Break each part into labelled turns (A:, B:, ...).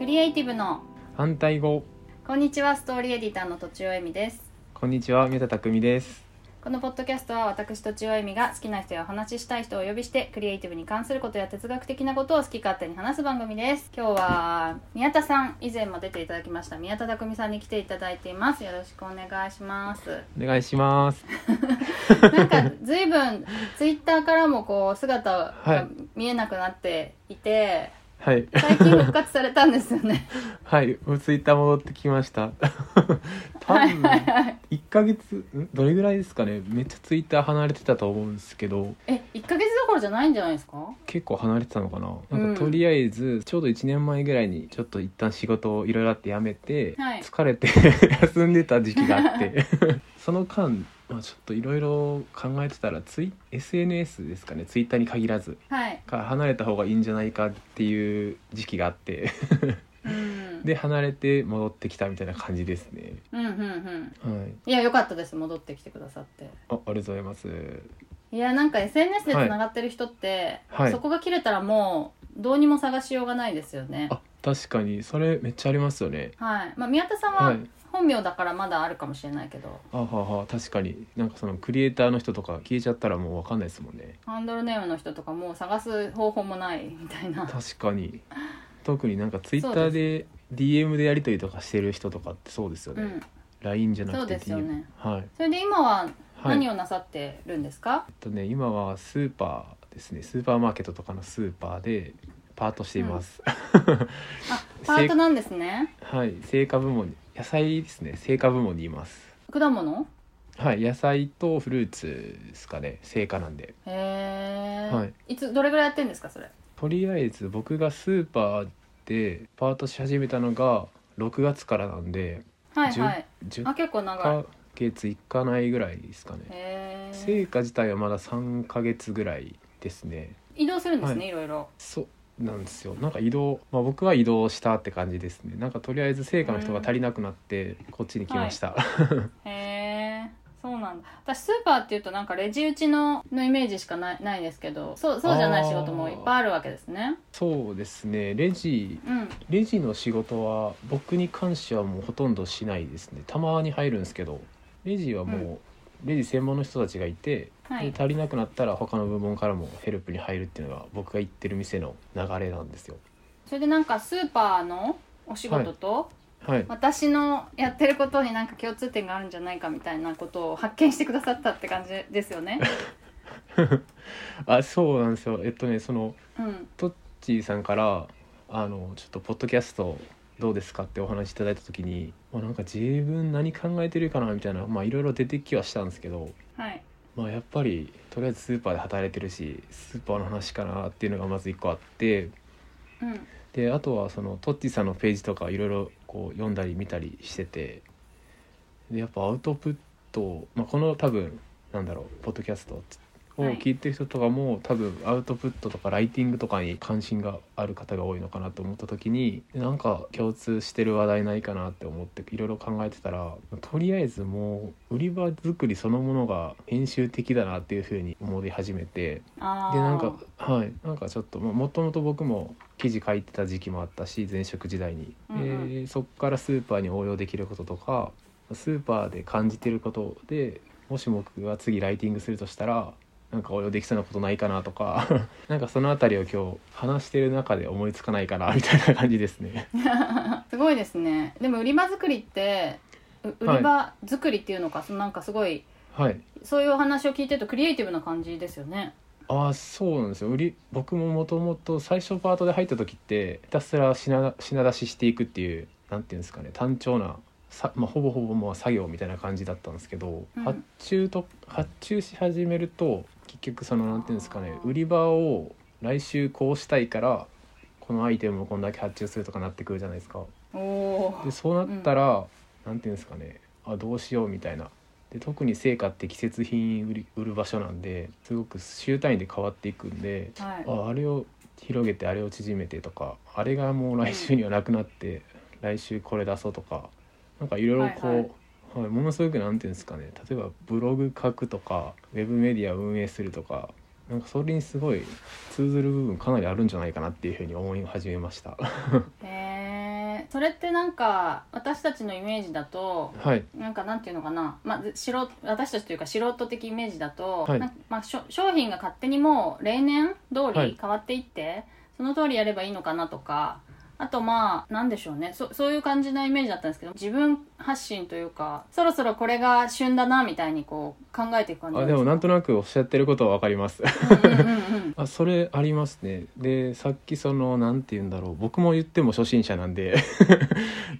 A: リエイティブの
B: 反対語
A: こんにちはストーリーエディターのとちおえみです
B: こんにちは宮田匠です
A: このポッドキャストは私とちおえみが好きな人やお話ししたい人をお呼びしてクリエイティブに関することや哲学的なことを好き勝手に話す番組です今日は宮田さん以前も出ていただきました宮田匠さんに来ていただいていますよろしくお願いし ます
B: お願いします
A: なんか随分ツイッターからもこう姿
B: はい
A: が見えなくなっていて、
B: はい
A: 最近復活されたんですよね
B: はいもうツイッター戻ってきました 多
A: はい
B: 分
A: はいはい
B: 1ヶ月んどれぐらいですかねめっちゃツイッター離れてたと思うんですけど
A: え一1か月どころじゃないんじゃないですか
B: 結構離れてたのかななんか
A: うん
B: とりあえずちょうど1年前ぐらいにちょっと一旦仕事をいろいろあって辞めて、
A: はい
B: 疲れて 休んでた時期があって その間まあちょっといろいろ考えてたらツイ SNS ですかねツイッターに限らず
A: はい
B: から離れた方がいいんじゃないかっていう時期があって
A: うん
B: で離れて戻ってきたみたいな感じですね
A: うんうんうん
B: はい
A: いや良かったです戻ってきてくださって
B: あありがとうございます
A: いやなんか SNS でつながってる人って、
B: はい
A: そこが切れたらもうどうにも探しようがないですよね
B: あ確かにそれめっちゃありますよね
A: はい、まあ、宮田さん
B: は
A: はい本名だからまだあるかもしれないけど、
B: あはは確かになんかそのクリエイターの人とか消えちゃったらもう分かんないですもんね
A: ハンドルネームの人とかもう探す方法もないみたいな
B: 確かに特になんかツイッターで DM でやり取りとかしてる人とかってそうですよ
A: う
B: ね、
A: ん
B: LINE じゃなくて
A: そうですよね
B: はい、
A: それで今は
B: はい、
A: 何をなさってるんですか、
B: えっとね今はスーパーですねスーパーマーケットとかのスーパーでパートしています、
A: あパートなんですね
B: はい成果部門に野菜ですね成果部門にいます
A: 果物
B: はい野菜とフルーツですかね成果なんで
A: へえ、、
B: はい
A: つどれぐらいやってんですかそれ
B: とりあえず僕がスーパーでパートし始めたのが6月からなんで
A: はい
B: じゅ
A: はい
B: 10
A: あ結構長い
B: ヶ月いかないぐらいですかね
A: へえ
B: 成果自体はまだ3ヶ月ぐらいですね
A: 移動するんですね、、
B: はい
A: ろいろ
B: そうなんですよなんか移動、まあ、僕は移動したって感じですねなんかとりあえず成果の人が足りなくなってこっちに来ました、
A: へえそうなんだ私スーパーっていうとなんかレジ打ちののイメージしかないないですけどそうそうじゃない仕事もいっぱいあるわけですね
B: そうですねレジ
A: うん
B: レジの仕事は僕に関してはもうほとんどしないですねたまに入るんですけどレジはもうレジ専門の人たちがいて、
A: は
B: で
A: い
B: 足りなくなったら他の部門からもヘルプに入るっていうのが僕が行ってる店の流れなんですよ
A: それでなんかスーパーのお仕事と、
B: はい
A: 私のやってることになんか共通点があるんじゃないかみたいなことを発見してくださったって感じですよね
B: あそうなんですよえっとねその
A: うん
B: トッチーさんからあのちょっとポッドキャストどうですかってお話いただいた時に、まあ、なんか自分何考えてるかなみたいなまあいろいろ出てきはしたんですけど、
A: はい
B: まあ、やっぱりとりあえずスーパーで働いてるしスーパーの話かなっていうのがまず一個あって
A: うん
B: であとはそのトッチーさんのページとかいろいろこう読んだり見たりしててでやっぱアウトプット、まあ、この多分なんだろうポッドキャストを
A: はい
B: 聞いてる人とかも、多分アウトプットとかライティングとかに関心がある方が多いのかなと思った時にでなんか共通してる話題ないかなって思っていろいろ考えてたらとりあえずもう売り場作りそのものが編集的だなっていうふうに思い始めて。
A: あー
B: でなんかはいなんかちょっともともと僕も記事書いてた時期もあったし前職時代に、
A: うんうん
B: でそっからスーパーに応用できることとかスーパーで感じてることでもし僕が次ライティングするとしたらなんか応用できそうなことないかなとか なんかそのあたりを今日話してる中で思いつかないかなみたいな感じですね。
A: すごいですねでも売り場作りってう売り場作りっていうのか、そのなんかすごい
B: はい
A: そういうお話を聞いてるとクリエイティブな感じですよね
B: ああそうなんですよ売り僕ももともと最初パートで入った時ってひたすら品品出ししていくっていうなんていうんですかね単調なさ、まあ、ほぼほぼもう作業みたいな感じだったんですけど、
A: うん
B: 発注と発注し始めると結局そのなんていうんですかね
A: あー
B: 売り場を来週こうしたいからこのアイテムをこんだけ発注するとかなってくるじゃないですか。
A: おお
B: で
A: ー
B: そうなったら、なんていうんですかねあどうしようみたいなで特に成果って季節品売り売る場所なんですごく週単位で変わっていくんで
A: はい
B: ああれを広げてあれを縮めてとかあれがもう来週にはなくなって、来週これ出そうとかなんかいろいろこう、
A: は
B: はいい
A: はい
B: ものすごくなんていうんですかね例えばブログ書くとかウェブメディア運営するとかなんかそれにすごい通ずる部分かなりあるんじゃないかなっていうふうに思い始めました。
A: へえそれってなんか私たちのイメージだと
B: はい
A: なんかなんていうのかな、まあ、素人私たちというか素人的イメージだと、
B: はい
A: なんかまあ、しょ商品が勝手にもう例年通
B: はい
A: り変わっていって、その通りやればいいのかなとかあとまあなんでしょうねそそういう感じのイメージだったんですけど自分発信というかそろそろこれが旬だなみたいにこう考えていく感じ
B: あでもなんとなくおっしゃってることは分かります
A: うんうんうんうん
B: あそれありますねでさっきそのなんて言うんだろう僕も言っても初心者なんで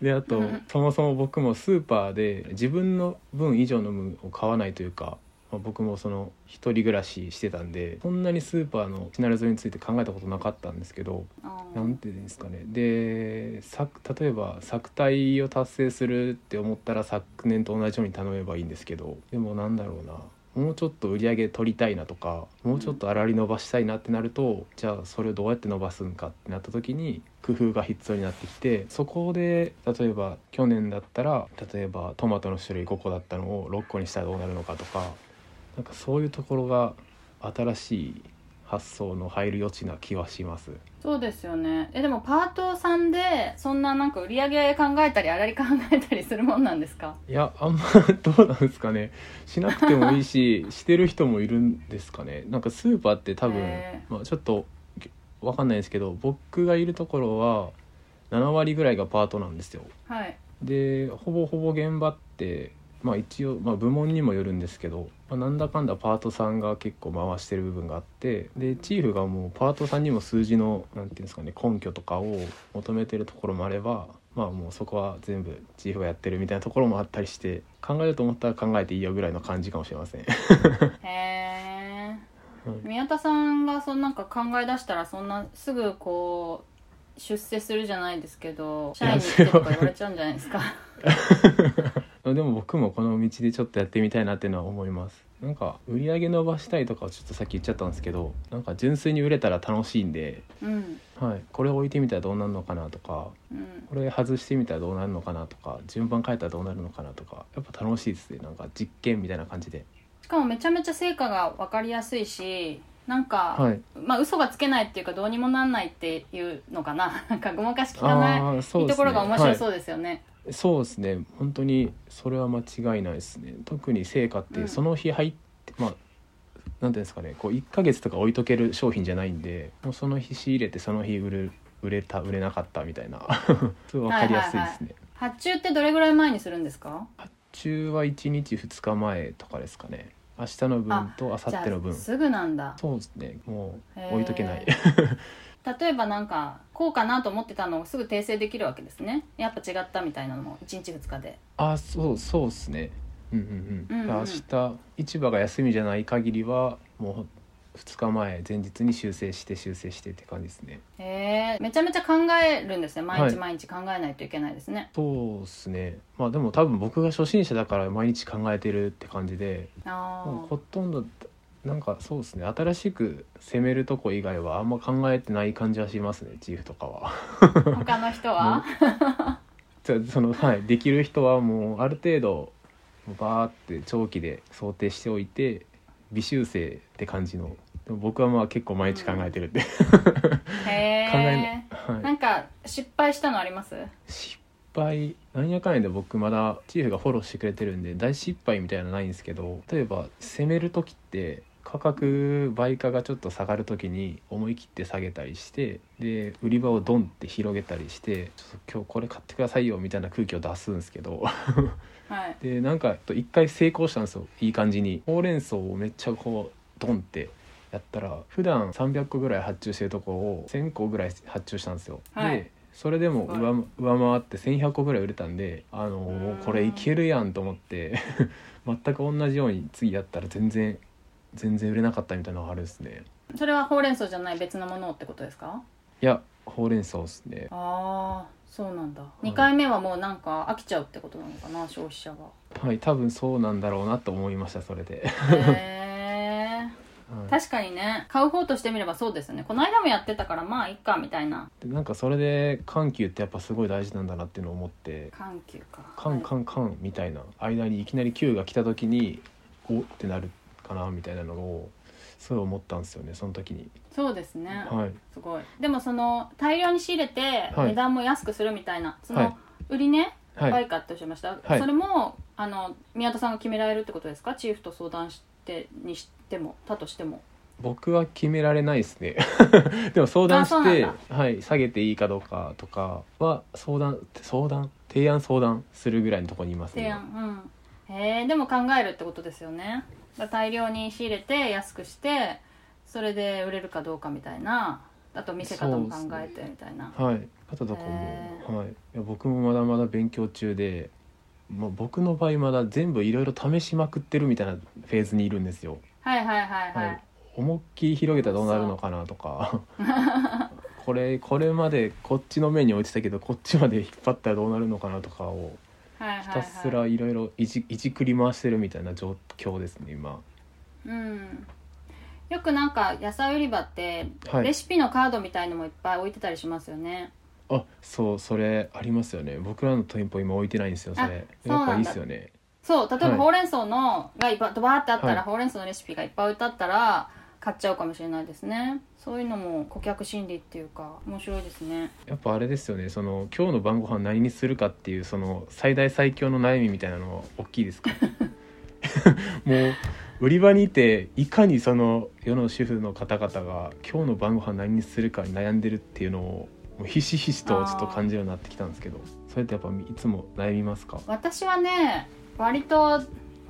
B: であと
A: うん
B: そもそも僕もスーパーで自分の分以上の分を買わないというかまあ僕もその一人暮らししてたんでこんなにスーパーのシナリオについて考えたことなかったんですけど
A: あー
B: なんていうんですかねで作例えば作体を達成するって思ったら昨年と同じように頼めばいいんですけどでもなんだろうなもうちょっと売り上げ取りたいなとかもうちょっと粗利伸ばしたいなってなると、じゃあそれをどうやって伸ばすんかってなった時に工夫が必要になってきてそこで例えば去年だったら例えばトマトの種類5個だったのを6個にしたらどうなるのかとかなんかそういうところが新しい発想の入る余地な気はします。
A: そうですよねえでもパートさんでそんななんか売り上げ考えたりあらり考えたりするもんなんですか
B: いやあんまどうなんですかねしなくてもいいししてる人もいるんですかねなんかスーパーって多分
A: へ、
B: まあ、ちょっときわかんないですけど僕がいるところは7割ぐらいがパートなんですよ
A: はい
B: でほぼほぼ現場ってまあ一応、まあ、部門にもよるんですけど、まあ、なんだかんだパートさんが結構回してる部分があってでチーフがもうパートさんにも数字のなんていうんですかね根拠とかを求めてるところもあればまあもうそこは全部チーフがやってるみたいなところもあったりして考えようと思ったら考えていいよぐらいの感じかもしれません。
A: へえ
B: うん
A: 宮田さんがそのなんか考え出したらそんなすぐこう出世するじゃないですけど社員に来てとか言われちゃうんじゃないですか
B: でも僕もこの道でちょっとやってみたいなっていうのは思いますなんか売り上げ伸ばしたいとかはちょっとさっき言っちゃったんですけどなんか純粋に売れたら楽しいんで
A: うん
B: はい、これ置いてみたらどうなるのかなとか
A: うん
B: これ外してみたらどうなるのかなとか順番変えたらどうなるのかなとかやっぱ楽しいですねなんか実験みたいな感じで
A: しかもめちゃめちゃ成果が分かりやすいしなんか、
B: はい
A: まあ嘘がつけないっていうかどうにもなんないっていうのかな なんかごまかしきかない
B: ああそう
A: と
B: です
A: こ
B: ね
A: ろが面白
B: は
A: そうですよね、
B: いそうですね本当にそれは間違いないですね特に成果っ
A: う
B: て
A: ん
B: その日入って、まあなんていうんですかねこう1ヶ月とか置いとける商品じゃないんでもうその日仕入れてその日売る売れた売れなかったみたいな すごい分かりやすいですね、
A: 発注ってどれぐらい前にするんですか
B: 中は1日2日前とかですかね明日の分と明後
A: じゃ
B: 日の分
A: あすぐなんだ
B: そうですねも
A: へー
B: う置いとけない
A: 例えばなんかこうかなと思ってたのをすぐ訂正できるわけですねやっぱ違ったみたいなのも1日2日で
B: あそうそうですねうんうんうん,、
A: うんうん
B: 明日市場が休みじゃない限りはもう2日前前日に修正して修正してって感じですね
A: へえめちゃめちゃ考えるんですね毎日毎日考えないといけないですね、
B: そうですねまあでも多分僕が初心者だから毎日考えてるって感じでも
A: あ
B: う
A: あ
B: ほとんどなんかそうですね新しく攻めるとこ以外はあんま考えてない感じはしますねチーフとかは。
A: 他の人は、
B: じゃあそのはいできる人はもうある程度バーって長期で想定しておいて微修正って感じのでも僕はまあ結構毎日考えてるって、
A: へ
B: 考え
A: え
B: はい
A: なんか失敗したのあります
B: 失敗なんやかんやで僕まだチーフがフォローしてくれてるんで大失敗みたいなのないんですけど例えば攻める時って価格売価がちょっと下がる時に思い切って下げたりしてで売り場をドンって広げたりして「ちょっと今日これ買ってくださいよ」みたいな空気を出すんですけど
A: はい
B: でなんか一回成功したんですよいい感じにほうれん草をめっちゃこうドンってやったら普段300個ぐらい発注してるとこを1000個ぐらい発注したんですよ、
A: はい
B: でそれでも
A: すごい
B: 上上回って1100個ぐらい売れたんであの
A: うーん
B: これいけるやんと思って 全く同じように次やったら全然全然売れなかったみたいなのがあるんですね
A: それはほうれん草じゃない別のものってことですか
B: いやほうれん草ですね
A: ああそうなんだ、二2回目はもうなんか飽きちゃうってことなのかな消費者が
B: はい多分そうなんだろうなと思いましたそれ
A: へ
B: で、
A: え
B: はい
A: 確かにね買う方としてみればそうですねこの間もやってたからまあいっかみたいな
B: でなんかそれで緩急ってやっぱすごい大事なんだなっていうのを思って
A: 緩急か
B: カンカンカンみたいな間にいきなり Q が来た時におってなるかなみたいなのをそう思ったんですよねその時に
A: そうですね、
B: はい
A: すごいでもその大量に仕入れて
B: はい
A: 値段も安くするみたいな、そ
B: はい
A: の売りね、
B: は
A: バイ
B: い
A: カっておっしゃいました、
B: はい
A: それもあの宮田さんが決められるってことですかチーフと相談してにしても他としても
B: 僕は決められないで すねでも相談
A: あそう
B: し
A: な
B: て
A: ん、
B: はい、下げていいかどうかとかは相談相談提案相談するぐらいのところにいますね
A: 提案うんへえでも考えるってことですよねだから大量に仕入れて安くしてそれで売れるかどうかみたいなあと見せ方も考えてみたいな、
B: はい方とか
A: へ
B: も、はい、いや僕もまだまだ勉強中で、まあ、僕の場合まだ全部いろいろ試しまくってるみたいなフェーズにいるんですよ
A: はいはいはいはい、
B: はい思いっきり広げたらどうなるのかなとか これこれまでこっちの面に落ちたけどこっちまで引っ張ったらどうなるのかなとかを
A: はいはいはい
B: ひたすらいろいろいじいじくり回してるみたいな状況ですね今
A: うんよくなんか野菜売り場って
B: はい
A: レシピのカードみたいのもいっぱい置いてたりしますよね、
B: あそうそれありますよね僕らの店舗今置いてないんですよそれ
A: あ
B: やっ
A: そう
B: ぱ
A: ない
B: い
A: ん
B: っ
A: だ
B: すよね
A: そう例え
B: は
A: ば
B: い
A: ほうれん草のがいっぱいドバーってあったら、
B: はい
A: ほうれん草のレシピがいっぱい置いてあったら買っちゃうかもしれないですねそういうのも顧客心理っていうか面白いですね
B: やっぱあれですよねその今日の晩ご飯何にするかっていうその最大最強の悩みみたいなのは大き いですかもう売り場にいていかにその世の主婦の方々が今日の晩ご飯何にするかに悩んでるっていうのをもうひしひしとちょっと感じるようになってきたんですけどそれってやっぱいつも悩みますか
A: 私はね割と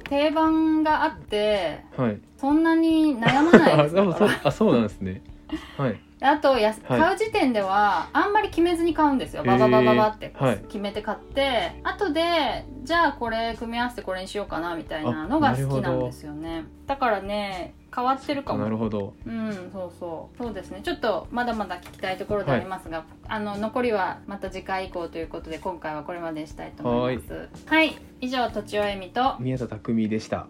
A: 定番があって
B: はい
A: そんなに悩まない
B: あ
A: です
B: でも
A: か
B: そう
A: ら
B: あそうなんですねはい
A: あとやす、
B: はい
A: 買う時点ではあんまり決めずに買うんですよ
B: へー
A: バババババって
B: はい
A: 決めて買って、後でじゃあこれ組み合わせてこれにしようかなみたいなの
B: あ
A: が
B: なる
A: 好
B: ほ
A: き
B: ど
A: なんですよねだからね変わってるか
B: な
A: も
B: るほど
A: うんそうそうそうですねちょっとまだまだ聞きたいところではありますが、あの残りはまた次回以降ということで今回はこれまでにしたいと思いますはい以上とちおえみと
B: 宮田匠でした